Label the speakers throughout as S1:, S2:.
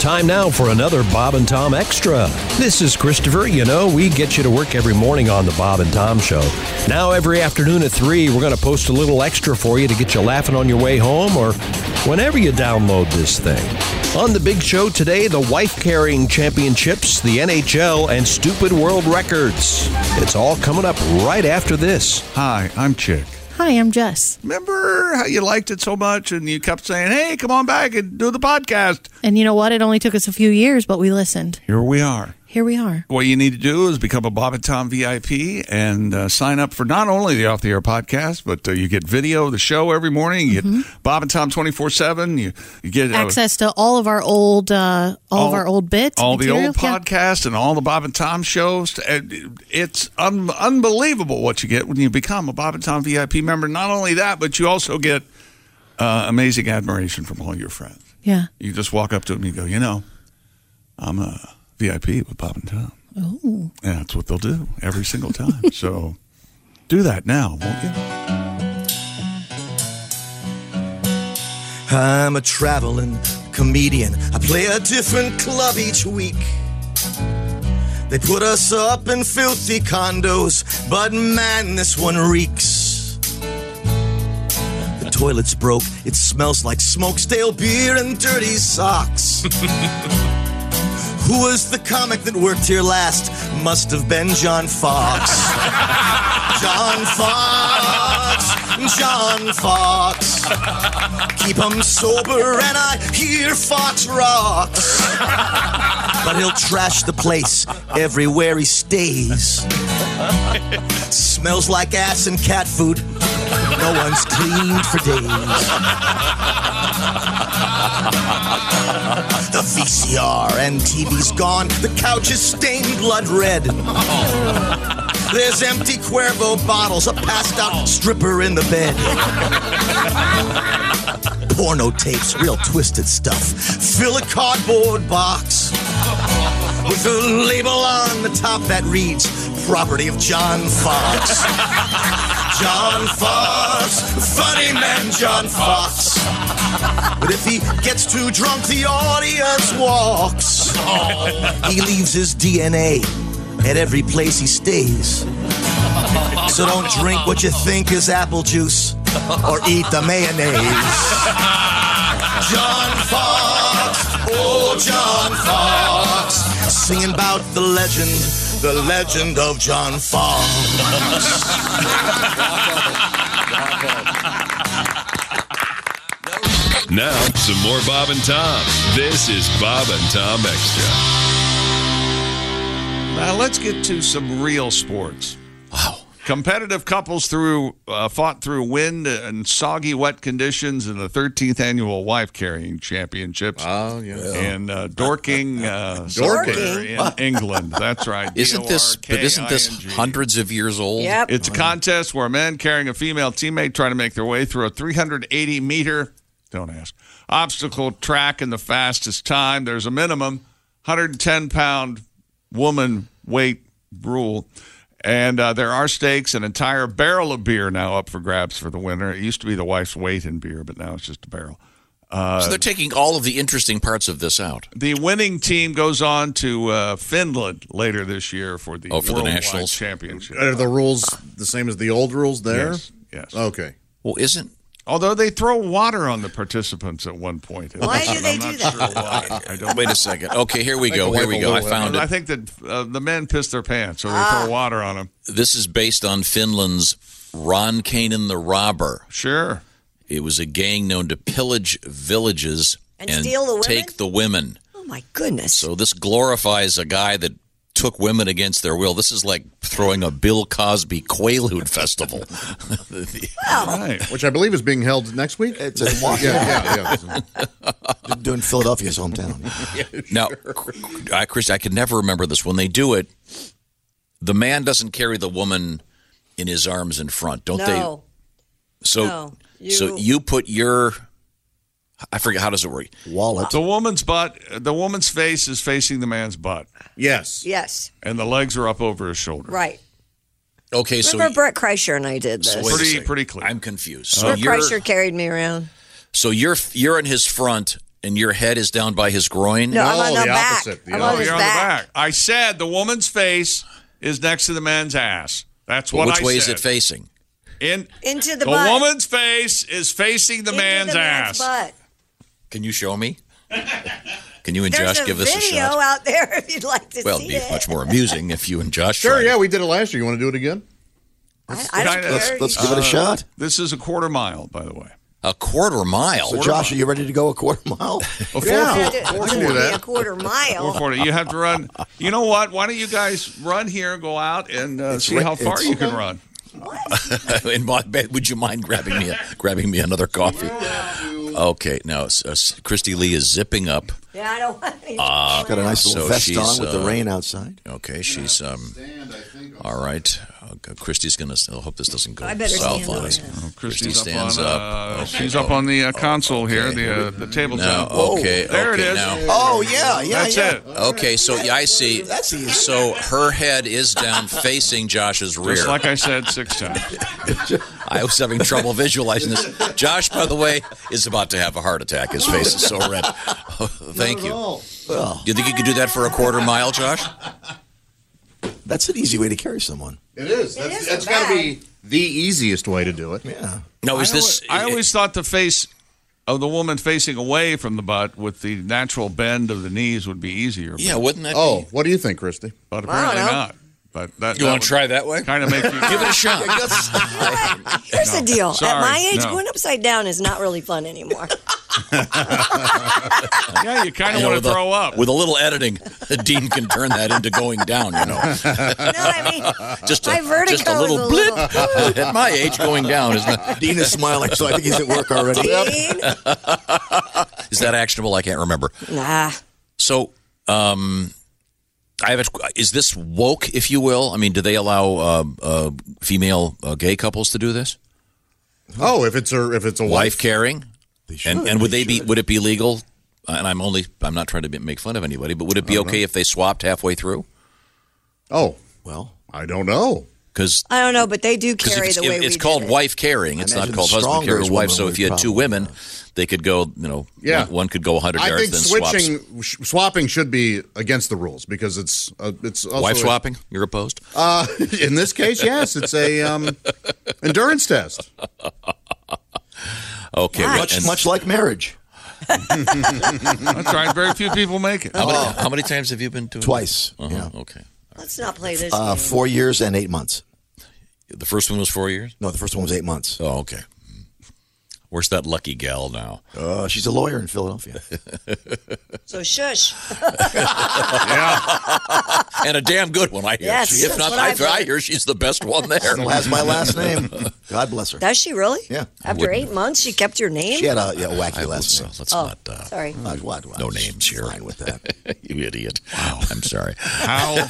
S1: Time now for another Bob and Tom Extra. This is Christopher. You know, we get you to work every morning on the Bob and Tom Show. Now, every afternoon at 3, we're going to post a little extra for you to get you laughing on your way home or whenever you download this thing. On the big show today, the wife carrying championships, the NHL, and stupid world records. It's all coming up right after this.
S2: Hi, I'm Chick.
S3: Hi, I'm Jess.
S2: Remember how you liked it so much and you kept saying, hey, come on back and do the podcast?
S3: And you know what? It only took us a few years, but we listened.
S2: Here we are.
S3: Here we are.
S2: What you need to do is become a Bob and Tom VIP and uh, sign up for not only the Off the Air podcast, but uh, you get video of the show every morning. You get Bob and Tom 24 7. You you get uh,
S3: Access to all of our old, uh, all, of our old bits,
S2: all the
S3: material.
S2: old
S3: Yeah.
S2: podcasts, and all the Bob and Tom shows. And It's un- unbelievable what you get when you become a Bob and Tom VIP member. Not only that, but you also get uh, amazing admiration from all your friends.
S3: Yeah.
S2: You just walk up to them and you go, you know, I'm a VIP with Bob and Tom.
S3: Oh,
S2: And that's what they'll do every single time. so do that now, won't you?
S4: I'm a traveling comedian. I play a different club each week. They put us up in filthy condos, but man, this one reeks. The toilet's broke, it smells like smoke, stale beer, and dirty socks. Who was the comic that worked here last? Must have been John Fox. John Fox, John Fox. Keep him sober and I hear Fox rocks. But he'll trash the place everywhere he stays. Smells like ass and cat food. No one's cleaned for days. The VCR and TV's gone. The couch is stained blood red. There's empty Cuervo bottles, a passed out stripper in the bed porno tapes, real twisted stuff. Fill a cardboard box with a label on the top that reads "Property of John Fox." John Fox, funny man, John Fox. But if he gets too drunk, the audience walks. He leaves his DNA at every place he stays. So don't drink what you think is apple juice or eat the mayonnaise. John Fox, oh John Fox, singing about the legend, the legend of John Fox.
S5: Now, some more Bob and Tom. This is Bob and Tom Extra.
S2: Now Uh, let's get to some real sports. Wow. Competitive couples through uh, fought through wind and soggy, wet conditions in the 13th annual wife carrying championships. Oh yeah, and uh, Dorking, uh, somewhere
S6: Dorking?
S2: in England. That's right.
S6: Isn't this but isn't this
S2: D-O-R-K-I-N-G.
S6: hundreds of years old?
S7: Yep.
S2: It's a contest where men carrying a female teammate try to make their way through a 380 meter, don't ask, obstacle track in the fastest time. There's a minimum 110 pound woman weight rule. And uh, there are stakes, an entire barrel of beer now up for grabs for the winner. It used to be the wife's weight in beer, but now it's just a barrel.
S6: so they're taking all of the interesting parts of this out.
S2: The winning team goes on to uh, Finland later this year for the
S6: Oh, for the
S2: Worldwide
S6: Nationals?
S2: championship.
S8: Are the rules the same as the old rules there? Oh,
S2: Yes, yes.
S8: Okay.
S6: Well, isn't
S2: Although they throw water on the participants at one point.
S7: Why do they
S2: I'm not
S7: do that?
S2: Sure why. I don't.
S6: Wait a second. Okay, here we go.
S8: Like a
S6: Here we go. I
S8: wipe a
S6: found
S2: I
S6: it.
S2: think that uh, the men piss their pants, so they
S7: Ah.
S2: throw water on them.
S6: This is based on Finland's Ron Kanan the Robber.
S2: Sure.
S6: It was a gang known to pillage villages
S7: And steal the women?
S6: take the women.
S7: Oh my goodness.
S6: So this glorifies a guy that took women against their will. This is like throwing a Bill Cosby Quaalude festival.
S2: Right.
S8: which I believe is being held next week.
S4: It's in Washington.
S8: yeah, yeah, yeah.
S4: Doing Philadelphia's hometown.
S6: Now, I, Chris, I can never remember this. When they do it, the man doesn't carry the woman in his arms in front, don't
S7: No.
S6: they? So,
S7: no.
S6: so you put your. I forget how does it work.
S4: Wallet.
S2: The woman's butt, the woman's face is facing the man's butt,
S8: Yes.
S7: Yes.
S2: and the legs are up over his shoulder.
S7: Right.
S6: Okay, so
S7: Remember Brett Kreischer and I did this.
S6: so wait a
S2: Pretty,
S6: second.
S2: pretty clear.
S6: I'm confused. So
S7: Brett
S6: you're
S7: Kreischer carried me around.
S6: so you're you're in his front and your head is down by his groin.
S7: No, I'm on
S8: No,
S7: the,
S8: the
S7: back.
S8: opposite, the
S7: I'm
S2: oh,
S7: on his
S2: you're on
S7: back.
S2: the back. I said the woman's face is next to the man's ass. That's
S6: Well,
S2: what
S6: which
S2: I
S6: way
S2: said.
S6: is it facing?
S2: In,
S7: Into the
S2: the
S7: butt.
S2: woman's face is facing the
S7: Into
S2: man's
S7: the
S2: ass.
S7: man's butt.
S6: Can you show me? Can you and
S7: There's
S6: Josh
S7: a
S6: give
S7: video
S6: us a shot?
S7: out there if you'd like to
S6: Well,
S7: see
S6: it'd be
S7: it.
S6: much more amusing if you and Josh.
S8: Sure.
S6: tried
S8: Yeah,
S6: it.
S8: we did it last year. You want to do it again?
S7: I, I don't
S2: Kinda-
S7: care.
S2: Let's-
S4: Let's give it a shot.
S2: This is a quarter mile, by the way.
S6: A quarter mile.
S4: So, Josh, are you ready to go a quarter mile?
S2: A four-
S8: Yeah.
S7: It's
S8: I
S7: going
S8: can do
S7: to be a
S8: that.
S7: quarter
S2: four
S7: mile.
S2: forty. You have to run. You know what? Why don't you guys run here, go out, and uh, see
S4: right-
S2: how far
S4: it's-
S2: you can run.
S6: in my bed. Would you mind grabbing me grabbing me another coffee? Okay, now s- uh, s- Christy Lee is zipping up.
S7: yeah, I don't want any.
S6: Uh,
S4: She's got a nice little
S6: So
S4: vest
S6: she's,
S4: on with the
S6: uh,
S4: rain outside.
S6: Okay, she's um. All right, Okay, Christy's gonna. I hope this doesn't go
S7: I better
S6: south
S7: stand
S6: on
S7: up.
S6: us.
S2: Christy's
S6: Oh, Christy stands
S2: up. On,
S6: up.
S2: Uh,
S6: Okay,
S2: she's
S6: oh,
S2: up on the uh, console here,
S6: okay.
S2: the uh, the table
S6: Now,
S2: top.
S6: okay,
S2: There it
S6: okay,
S2: is.
S6: now.
S4: Oh, yeah, yeah,
S2: That's
S4: yeah.
S2: it.
S6: Okay, so yeah, I see.
S4: That's easy.
S6: So her head is down facing Josh's rear.
S2: Just like I said six times.
S6: I was having trouble visualizing this. Josh, by the way, is about to have a heart attack. His face is so red. Thank you. Do you think you could do that for a quarter mile, Josh?
S4: That's an easy way to carry someone.
S8: It
S7: That's-
S8: is. That's,
S7: isn't
S8: that's got to be
S7: bad.
S8: the easiest way to do it.
S4: Yeah.
S6: No, is
S2: I
S6: this?
S2: always, I always thought the face of the woman facing away from the butt with the natural bend of the knees would be easier. but-
S6: Yeah, wouldn't that?
S8: Oh,
S6: be?
S8: what do you think, Christy?
S2: but apparently
S7: know.
S2: not. But that
S6: you want to try that way?
S2: Kind of make you
S6: Give it a shot.
S7: Here's the deal. At
S2: Sorry,
S7: my age,
S2: no.
S7: going upside down is not really fun anymore.
S2: yeah, you kind
S6: You
S2: of
S6: know,
S2: want
S6: with
S2: to
S6: a-
S2: throw up.
S6: With a little editing, Dean can turn that into going down. You know,
S7: You know what I mean?
S6: just a,
S7: My vertigo
S6: just a
S7: is
S6: little
S7: a
S6: blip.
S7: little-
S6: At my age, going down is not.
S4: Dean is smiling, so I think he's at work already.
S7: Dean?
S6: Is that actionable? I can't remember.
S7: Nah.
S6: So, um, I have a. Is this woke, if you will? I mean, do they allow uh, uh, female uh, gay couples to do this?
S8: Oh, if it's a if it's a
S6: Wife
S8: wife,
S6: carrying, and and would they be? Would it be legal? And I'm only. I'm not trying to be, make fun of anybody, but would it be okay if they swapped halfway through?
S8: Oh,
S4: Well,
S8: I don't know.
S6: Because
S7: I don't know, but they do
S6: Because
S7: carry
S6: it's,
S7: the way
S6: if
S7: we
S6: it's
S7: did
S6: called
S7: it.
S6: wife carrying. It's not
S4: imagine
S6: called husband
S4: stronger
S6: carries wife.
S4: women
S6: So
S4: would
S6: if you had two
S4: probably
S6: women, they could go. You know,
S8: Yeah.
S6: one, one could go 100
S8: I
S6: yards,
S8: think
S6: then swaps.
S8: switching sh- swapping should be against the rules because it's uh, it's also
S6: Wife swapping. You're opposed.
S8: Uh, in this case, yes, it's a um, endurance test.
S6: okay. well,
S4: much,
S6: and
S4: much like marriage.
S2: That's right. Very few people make it.
S6: How many, how many times have you been doing?
S4: Twice.
S6: This? Uh-huh,
S4: Yeah.
S6: Okay.
S7: Let's not play this.
S4: Uh,
S7: game.
S4: four years and eight months.
S6: The first one was four years.
S4: No, the first one was eight months.
S6: Oh, okay. Where's that lucky gal now?
S4: Uh, she's a lawyer in Philadelphia.
S7: so shush.
S6: And a damn good one, I hear.
S7: Yes,
S6: She- if
S7: that's
S6: not,
S7: what
S6: I,
S7: I've heard.
S6: I hear she's the best one there.
S4: Still has my last name. God bless her.
S7: Does she really?
S4: Yeah.
S7: After eight months, she kept your name.
S4: She had a yeah, wacky last
S6: Let's, uh,
S4: name.
S6: let's
S7: oh,
S6: not. Uh,
S7: sorry.
S4: Uh, what- what-
S6: No names here.
S4: Fine with that.
S6: you idiot. I'm sorry.
S2: How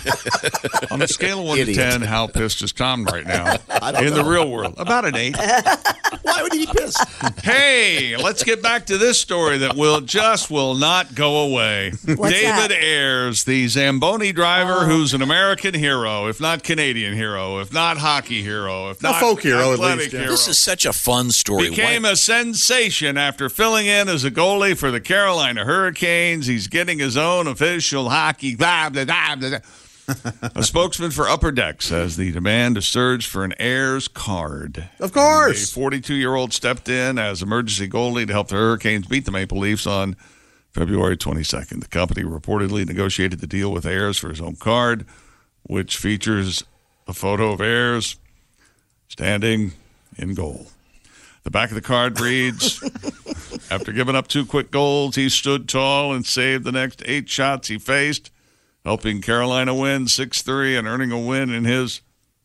S2: on a scale of one
S4: Idiot.
S2: to ten, how pissed is Tom right now
S4: I don't
S2: in the
S4: know.
S2: real world? About an eight.
S4: Why would he be pissed?
S2: Hey, let's get back to this story that will just will not go away.
S7: What's
S2: David
S7: that? Oh.
S2: Ayers, the Zamboni driver, who's an American hero, if not Canadian hero, if not hockey hero, if not
S8: folk hero, at
S2: athletic
S8: least, yeah.
S2: hero,
S6: This is such a fun story.
S2: became
S6: Why-
S2: a sensation after filling in as a goalie for the Carolina Hurricanes. He's getting his own official hockey. Blah, blah, blah, blah, blah. a spokesman for Upper Deck says the demand has surged for an Ayers card.
S8: Of
S2: A
S8: course.
S2: 42 year old stepped in as emergency goalie to help the Hurricanes beat the Maple Leafs on February 22nd. The company reportedly negotiated the deal with Ayers for his own card, which features a photo of Ayers standing in goal. The back of the card reads After giving up two quick goals, he stood tall and saved the next eight shots he faced. helping Carolina win 6 3 and earning a win in his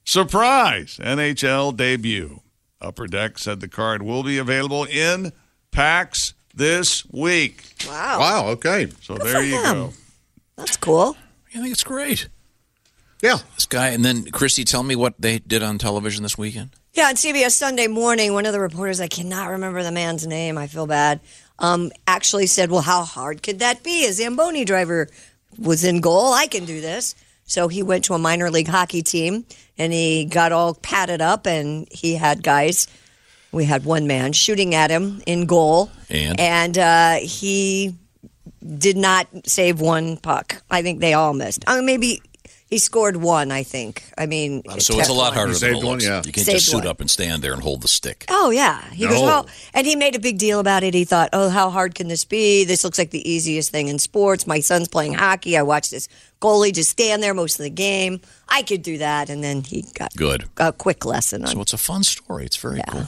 S2: surprise NHL debut. Upper Deck said the card will be available in packs this week.
S7: Wow.
S8: Wow. Okay.
S2: So there you
S7: him.
S2: go.
S7: That's cool.
S6: I think it's great.
S8: Yeah.
S6: This guy, and then Christy, tell me what they did on television this weekend.
S7: Yeah, on CBS Sunday morning, one of the reporters, I cannot remember the man's name, I feel bad, um, actually said, Well, how hard could that be? A Zamboni driver was in goal. I can do this. So he went to a minor league hockey team and he got all padded up and he had guys. We had one man shooting at him in goal.
S6: And?
S7: uh, he did not save one puck. I think they all missed. I mean, maybe he scored one, I think. I mean,
S6: So it's a lot
S7: Teflon.
S6: harder than
S8: saved
S6: it
S8: one,
S6: looks.
S8: yeah.
S6: You can't
S7: Saved
S6: just suit
S7: one.
S6: up and stand there and hold the stick.
S7: Oh yeah, he goes
S8: No.
S7: well, and he made a big deal about it. He thought, "Oh, how hard can this be? This looks like the easiest thing in sports. My son's playing hockey. I watched this goalie just stand there most of the game. I could do that." And then he got
S6: Good.
S7: a quick lesson on.
S6: So it's a fun story. It's very cool.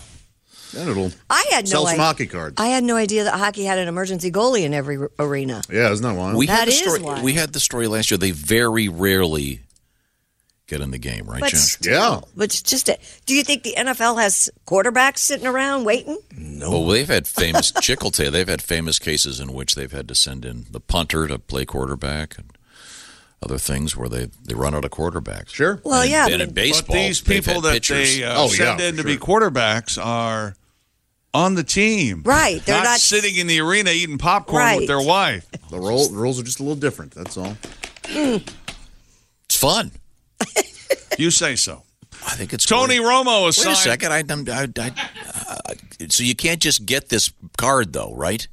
S8: Then it'll
S7: I had
S8: sell
S7: no
S8: some
S7: idea.
S8: hockey cards.
S7: I had no idea that hockey had an emergency goalie in every r- arena.
S8: yeah, isn't that wild?
S6: We had
S7: That
S6: the
S7: is
S6: story.
S7: why.
S6: We had the story last year. They very rarely get in the game, right,
S7: But
S6: Josh?
S7: still,
S8: Yeah.
S7: but it's just a, do you think the NFL has quarterbacks sitting around waiting?
S6: Well, they've had famous Chicklete. They've had famous cases in which they've had to send in the punter to play quarterback and other things where they they run out of quarterbacks.
S8: Sure.
S7: Well, yeah,
S6: And
S7: but-
S6: in baseball,
S2: but these
S6: they've
S2: people
S6: had
S2: that
S6: pitchers.
S2: they uh,
S8: Oh,
S2: send
S8: yeah,
S2: in to
S8: for
S2: be quarterbacks are on the team.
S7: Right, they're not-
S2: sitting in the arena eating popcorn with
S7: Right.
S2: their wife.
S8: The, role, the rules are just a little different. That's all.
S6: it's fun.
S2: You say so.
S6: I think it's
S2: Tony
S6: great.
S2: Romo is
S6: Wait a
S2: signed.
S6: second. I, I'm- I, I, I- so you can't just get this card though, right?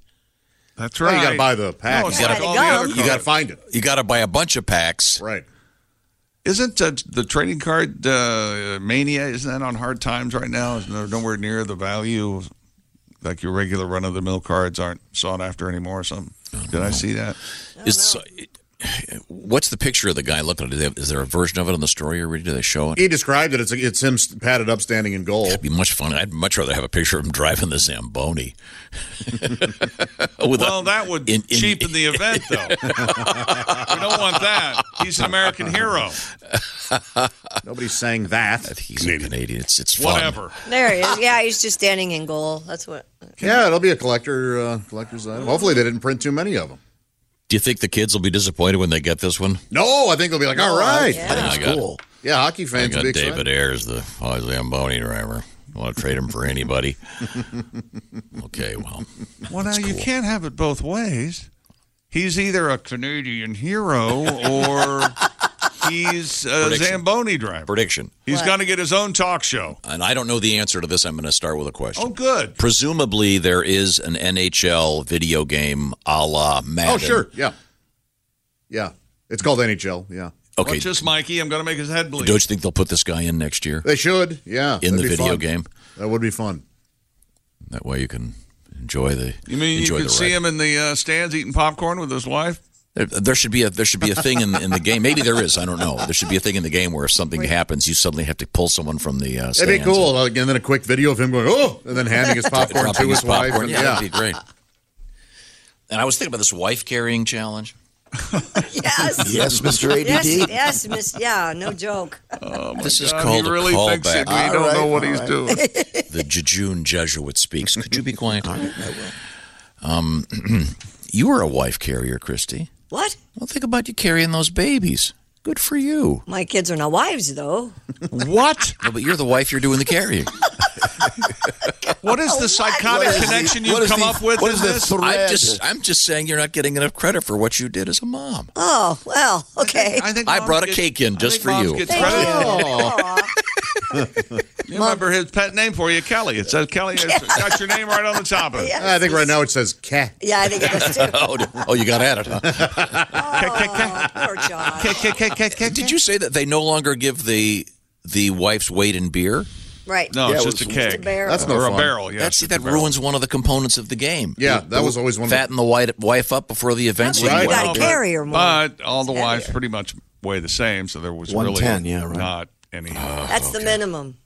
S6: Oh,
S2: That's
S8: Well,
S2: right.
S8: you got to buy the pack.
S2: No, it's
S6: You
S2: like
S6: gotta-
S2: all the other
S7: You
S8: you got to
S2: cards.
S8: find it.
S6: You got to buy a bunch of packs.
S8: Right.
S2: Isn't uh, the trading card uh, mania? Isn't that on hard times right now? Isn't there nowhere near the value? Like your regular run of the mill cards aren't sought after anymore or something. Did I see that?
S6: Is
S7: Oh,
S6: so, what's the picture of the guy looking at? it? Is there- Is there a version of it on the story you're reading? Do they show it?
S8: He described it. It's it's him padded up, standing in goal.
S6: It'd be much fun. I'd much rather have a picture of him driving the Zamboni. With a-
S2: Well, that would
S6: in- in-
S2: cheapen the event, though. we don't want that. He's an American hero.
S8: Nobody sang that.
S6: he's Canadian. Canadian. It's it's fun.
S2: Whatever.
S7: There he is. Yeah, he's just standing in goal. That's what.
S8: Yeah, it'll be a collector uh, collector's item. Hopefully, they didn't print too many of them.
S6: Do you think the kids will be disappointed when they get this one?
S8: No, I think they'll be like, all right.
S6: Oh, I think it's cool.
S8: Yeah, hockey
S6: I
S8: fans
S6: got
S8: will be
S6: David
S8: excited.
S6: Ayers, the oh, he's the Zamboni driver. Want to trade him for anybody? okay, well,
S2: Well, now you
S6: cool.
S2: can't have it both ways. He's either a Canadian hero or he's a
S6: Prediction.
S2: Zamboni driver.
S6: prediction.
S2: He's going to get his own talk show.
S6: And I don't know the answer to this. I'm going to start with a question.
S2: Oh, good.
S6: Presumably, there is an NHL video game a la Madden.
S8: Oh, sure. Yeah. Yeah. It's called NHL. Yeah.
S6: Okay.
S2: Watch this, Mikey. I'm going to make his head bleed.
S6: Don't you think they'll put this guy in next year
S8: They should. Yeah.
S6: in the
S8: That'd be
S6: video
S8: fun.
S6: game?
S8: That would be fun.
S6: That way you can enjoy the.
S2: You mean you
S6: enjoy the
S2: could see
S6: ride.
S2: him in the uh, stands eating popcorn with his wife?
S6: There, there should be a there should be a thing in, in the game. Maybe there is. I don't know. There should be a thing in the game where if something happens, you suddenly have to pull someone from the. Uh,
S8: That'd be
S6: stands
S8: cool. Like, and then a quick video of him going, oh, and then handing his
S6: and
S8: popcorn to
S6: dropping
S8: his, wife.
S6: popcorn.
S8: and-
S6: Yeah, that'd be great. And I was thinking about this wife carrying challenge.
S7: Yes.
S9: Yes, Mr. ADD.
S7: Yes, yes, Miss. Yeah, no joke.
S6: this is
S2: Oh God,
S6: called
S2: he really
S6: a
S2: thinks it. We
S6: callback.
S2: don't know what he's doing.
S6: the Jejune Jesuit speaks. Could you be quiet? Um, you were a wife carrier, Christy.
S7: What?
S6: Well, think about you carrying those babies. Good for you.
S7: My kids are not wives, though.
S2: What?
S6: No, but you're the wife. You're doing the carrying.
S2: What is
S4: Oh,
S2: the psychotic connection you've come up with?
S9: What
S2: in
S9: is
S2: this?
S9: the
S6: I'm
S9: thread?
S6: just, I'm just saying you're not getting enough credit for what you did as a mom.
S7: Oh, well, okay.
S2: think
S6: I
S2: moms
S6: brought a
S2: get-
S6: cake in
S2: I think
S6: just for
S2: moms
S6: you.
S2: get
S7: Thank
S2: credit.
S7: you.
S2: You remember his pet name for you, Kelly. It says Kelly. It's got your name right on the top of it.
S8: I think right now it says cat.
S7: Yeah, I think it was too.
S6: Oh, oh, you got at it. Huh?
S7: Oh, poor John.
S6: Did you say that they no longer give the the wife's weight in beer?
S7: Right.
S2: No, it's
S9: Yeah,
S2: just a
S9: it was-
S2: keg.
S7: It's a barrel.
S8: That's no
S2: or a
S8: fun.
S2: barrel. Yes,
S6: That's see,
S2: it's a
S6: that
S2: barrel.
S6: ruins one of the components of the game.
S8: Yeah, that was always one of the-
S6: fatten the wife, wife up before the event. so you
S7: Right.
S6: want-
S7: gotta carry her more.
S2: But all the wives pretty much weigh the same, so there was really
S9: 110, yeah, right.
S2: not any. uh,
S7: That's the minimum.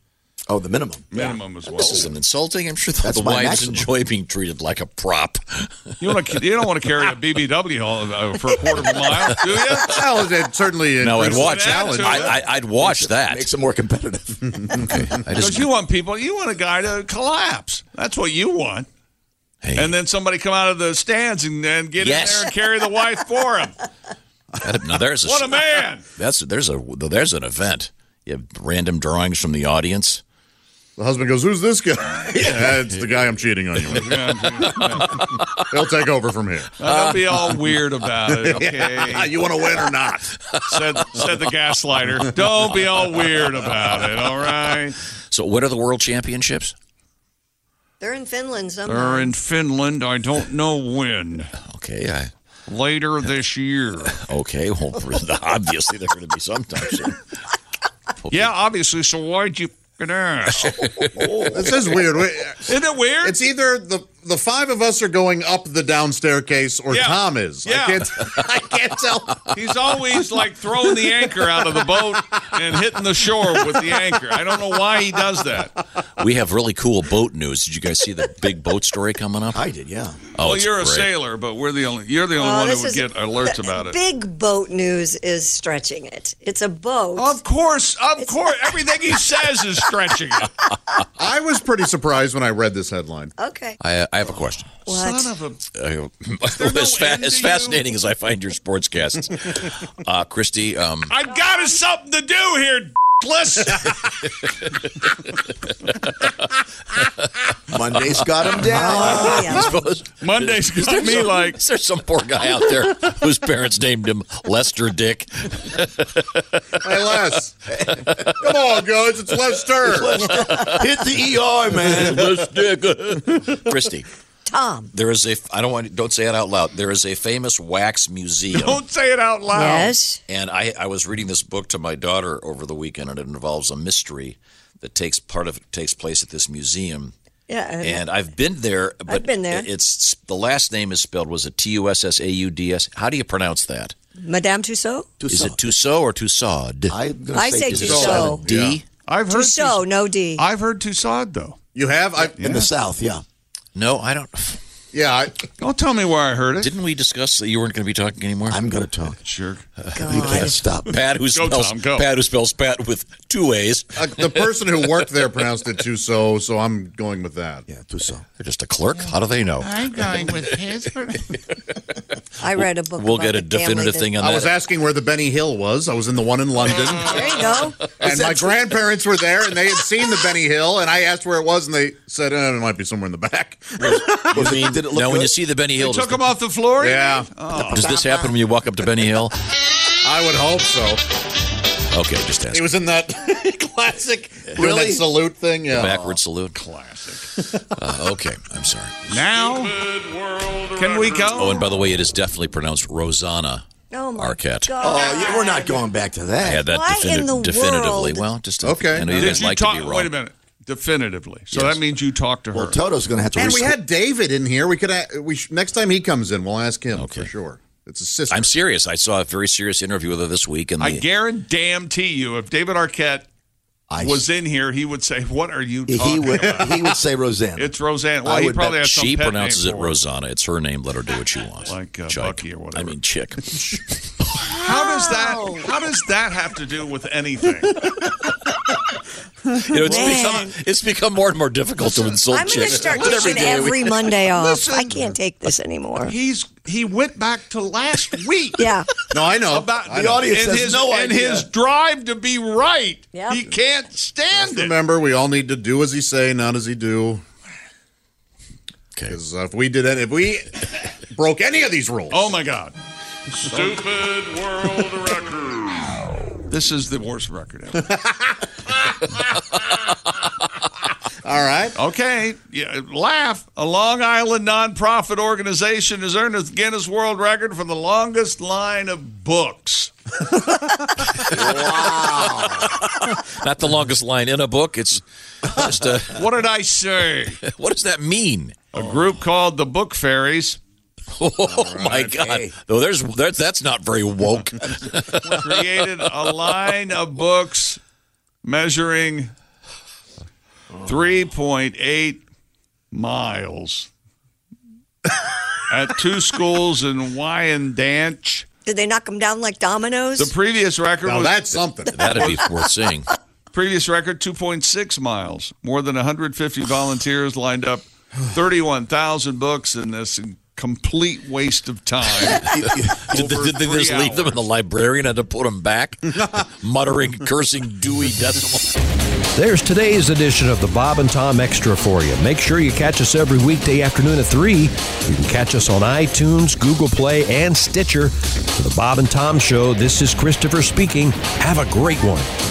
S4: Oh, the minimum.
S2: Minimum as well.
S6: Ah, This isn't insulting. I'm sure the,
S4: That's
S6: the
S4: my
S6: wives
S4: maximum.
S6: enjoy being treated like a prop.
S2: You, wanna, you don't want to carry a BBW all, uh, for a quarter of a mile, do you?
S8: Well, it certainly.
S6: No, I'd
S8: increases-
S6: watch.
S2: add
S6: I,
S2: to
S6: I, I'd watch that.
S4: Makes it more competitive.
S6: I
S2: Because
S6: just,
S2: you want people, you want a guy to collapse. That's what you want.
S6: hey,
S2: And then somebody come out of the stands and, and get
S6: Yes.
S2: in there and carry the wife for him.
S6: that- now there's a
S2: What a man!
S6: that's there's a there's an event. You have random drawings from the audience.
S8: The husband goes, "Who's this guy?" yeah, it's the guy I'm cheating on you with. They'll take over from here.
S2: Now, don't be all weird about it,
S6: Ah,
S2: okay?
S8: you want to win or not?
S2: said, said the gaslighter. Don't be all weird about it, all right?
S6: So what are the world championships?
S7: They're in Finland somehow.
S2: They're in Finland. I don't know when.
S6: Okay, I
S2: Later this year.
S6: okay. Well, obviously they're going to be sometime soon.
S2: Yeah, obviously. So why'd you f***ing ask?
S8: This is weird. We-
S2: Isn't it weird?
S8: It's either the the five of us are going up the down staircase, or
S2: Yeah.
S8: Tom is.
S2: Yeah.
S8: I can't. I can't tell.
S2: He's always like throwing the anchor out of the boat and hitting the shore with the anchor. I don't know why he does that.
S6: We have really cool boat news. Did you guys see the big boat story coming up?
S4: I did, yeah.
S6: Oh,
S2: well,
S6: it's
S2: you're a
S6: great.
S2: sailor, but we're the only you're the only
S7: Oh,
S2: one that
S7: this
S2: would
S7: is-
S2: get alerts about it.
S7: Big boat news is stretching it. It's a boat.
S2: Of course, of course, everything he says is stretching it.
S8: I was pretty surprised when I read this headline.
S7: Okay.
S6: I, I have a question.
S7: What?
S2: Son of a-
S6: Uh,
S2: no
S6: as, fa-
S2: end to
S6: as
S2: you.
S6: fascinating as I find your sportscasts, uh, Christy. Um,
S2: I've got us something to do here. d***less.
S4: Monday's got him down.
S7: Oh, yeah.
S6: suppose-
S2: Monday's
S6: Is there
S2: got me
S6: some-
S2: like
S6: is there some poor guy out there whose parents named him Lester Dick?
S8: Hey, Les. Come on, guys. It's Lester.
S4: Hit
S2: E
S4: the ER, man.
S6: Christy,
S7: Tom.
S6: there is a. I don't want. Don't say it out loud. There is a famous wax museum.
S2: don't say it out loud.
S7: Yes.
S6: And I, I was reading this book to my daughter over the weekend, and it involves a mystery that takes part of it takes place at this museum.
S7: Yeah. I-
S6: And I've been there, but
S7: been there.
S6: It's the last name is spelled was it T U S S A U D S? How do you pronounce that?
S7: Madame Tussaud?
S6: Is it Tussaud or Tussaud?
S4: I'm gonna
S7: I say
S4: Tucson.
S7: Tussaud.
S6: D.
S2: I've heard
S7: Tussaud,
S2: Tus-
S7: no D.
S2: I've heard Toussaint though.
S8: You have? I,
S4: In the South, yeah.
S6: No, I don't.
S8: yeah. I,
S2: Don't tell me where I heard it.
S6: Didn't we discuss that you weren't going to be talking anymore?
S4: I'm going to talk.
S2: Jerk.
S4: You can't stop.
S6: Pat who
S2: Go,
S6: spells
S2: Tom, go.
S6: Pat who spells Pat with two A's.
S8: I- the person who worked there pronounced it too so, so I'm going with that.
S4: Yeah, Tucson.
S6: They're just a clerk. How do they know?
S2: I'm going with his.
S7: I read a book.
S6: We'll
S7: about
S6: get a
S7: the family
S6: definitive
S7: that-
S6: thing on
S8: I
S6: that.
S8: was asking where the Benny Hill was. I was in the one in London.
S7: There you go.
S8: and my grandparents were there, and they had seen the Benny Hill, and I asked where it was, and they said, eh, it might be somewhere in the back.
S6: You mean-
S4: Did it look
S6: now, when
S4: good?
S6: you see the Benny Hill, does,
S2: Took him off the floor.
S8: yeah,
S6: does this happen when you walk up to Benny Hill?
S8: I would hope so.
S6: Okay, just ask.
S8: He was in that classic doing
S4: Really?
S8: that salute thing. Yeah.
S6: Backward salute. Classic. okay, I'm sorry.
S2: Now, can we go?
S6: Oh, and by the way, it is definitely pronounced Rosanna.
S7: Oh, my
S6: Arquette.
S7: God.
S4: Oh, yeah, we're not going back to
S6: I
S4: that.
S6: had that
S7: Why
S6: defini-
S7: in the
S6: definitively.
S7: world?
S6: Well, just
S8: Okay.
S6: I know
S8: Did
S6: you
S2: Did
S6: guys
S2: you
S6: like
S2: talk?
S6: to be wrong.
S2: Wait a minute. Definitively. So that means you talked to her.
S4: Well, Toto's going to have to.
S8: And we
S4: rescri-
S8: had David in here. We could a- we sh- next time he comes in, we'll ask him
S6: Okay.
S8: for sure. It's a sister.
S6: I'm serious. I saw a very serious interview with her this week, and
S2: I
S6: the-
S2: guarantee you, if David Arquette
S4: I-
S2: was in here, he would say, "What are you talking
S4: He would.
S2: about?"
S4: He would say Roseanne.
S2: It's Roseanne. Well,
S4: I
S2: he
S4: would
S2: probably
S4: bet
S2: has some
S6: she
S2: pet
S6: pronounces
S2: name
S6: it
S2: for her.
S6: Rosanna. It's her name. Let her do what she wants.
S2: Like, uh,
S6: Chick.
S2: Bucky or whatever.
S6: I mean, chick.
S2: How does that? How does that have to do with anything?
S6: You know, it's,
S7: Man.
S6: become, it's become more and more difficult to insult
S7: I'm going to
S6: chicks.
S7: start taking
S6: Every day we-
S7: every Monday off.
S2: Listen.
S7: I can't take this anymore.
S2: He's he went back to last week.
S7: Yeah.
S8: no, I know.
S2: About
S8: I know.
S4: audience
S2: and
S4: has
S2: his,
S4: no
S2: and
S4: idea.
S2: his drive to be right.
S7: Yep.
S2: He can't stand it.
S8: Remember, we all need to do as he say, not as he do.
S6: Okay.
S8: Because if we did any, if we broke any of these rules,
S2: Oh my God. Stupid world record. This is the worst record ever.
S8: all right.
S2: Okay, yeah, laugh. A Long Island nonprofit organization has earned a Guinness World Record for the longest line of books.
S6: Not the longest line in a book. It's just a,
S2: What did I say?
S6: what does that mean?
S2: A group called the Book Fairies
S6: Oh my God! Though there's that's that's not very woke.
S2: created a line of books measuring 3.8 miles at two schools in Wyandanch.
S7: Did they knock them down like dominoes?
S2: The previous record
S8: Now
S2: was
S8: that's something.
S6: That'd be worth seeing.
S2: Previous record 2.6 miles. More than 150 volunteers lined up 31,000 books in this complete waste of time.
S6: did they, did they
S2: Over
S6: just
S2: three
S6: leave them and the librarian had to put them back? Muttering, cursing, Dewey Decimal.
S1: There's today's edition of the Bob and Tom Extra for you. Make sure you catch us every weekday afternoon at 3. You can catch us on iTunes, Google Play, and Stitcher. For the Bob and Tom Show, this is Christopher speaking. Have a great one.